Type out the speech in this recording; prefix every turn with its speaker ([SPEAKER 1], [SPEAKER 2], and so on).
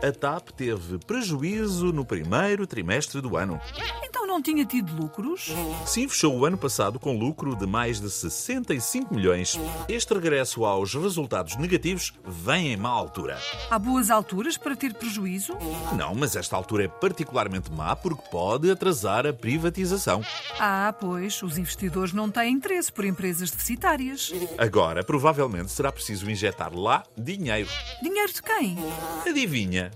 [SPEAKER 1] A TAP teve prejuízo no primeiro trimestre do ano.
[SPEAKER 2] Então não tinha tido lucros?
[SPEAKER 1] Sim, fechou o ano passado com lucro de mais de 65 milhões. Este regresso aos resultados negativos vem em má altura.
[SPEAKER 2] Há boas alturas para ter prejuízo?
[SPEAKER 1] Não, mas esta altura é particularmente má porque pode atrasar a privatização.
[SPEAKER 2] Ah, pois, os investidores não têm interesse por empresas deficitárias.
[SPEAKER 1] Agora, provavelmente será preciso injetar lá dinheiro.
[SPEAKER 2] Dinheiro de quem?
[SPEAKER 1] Adivinha?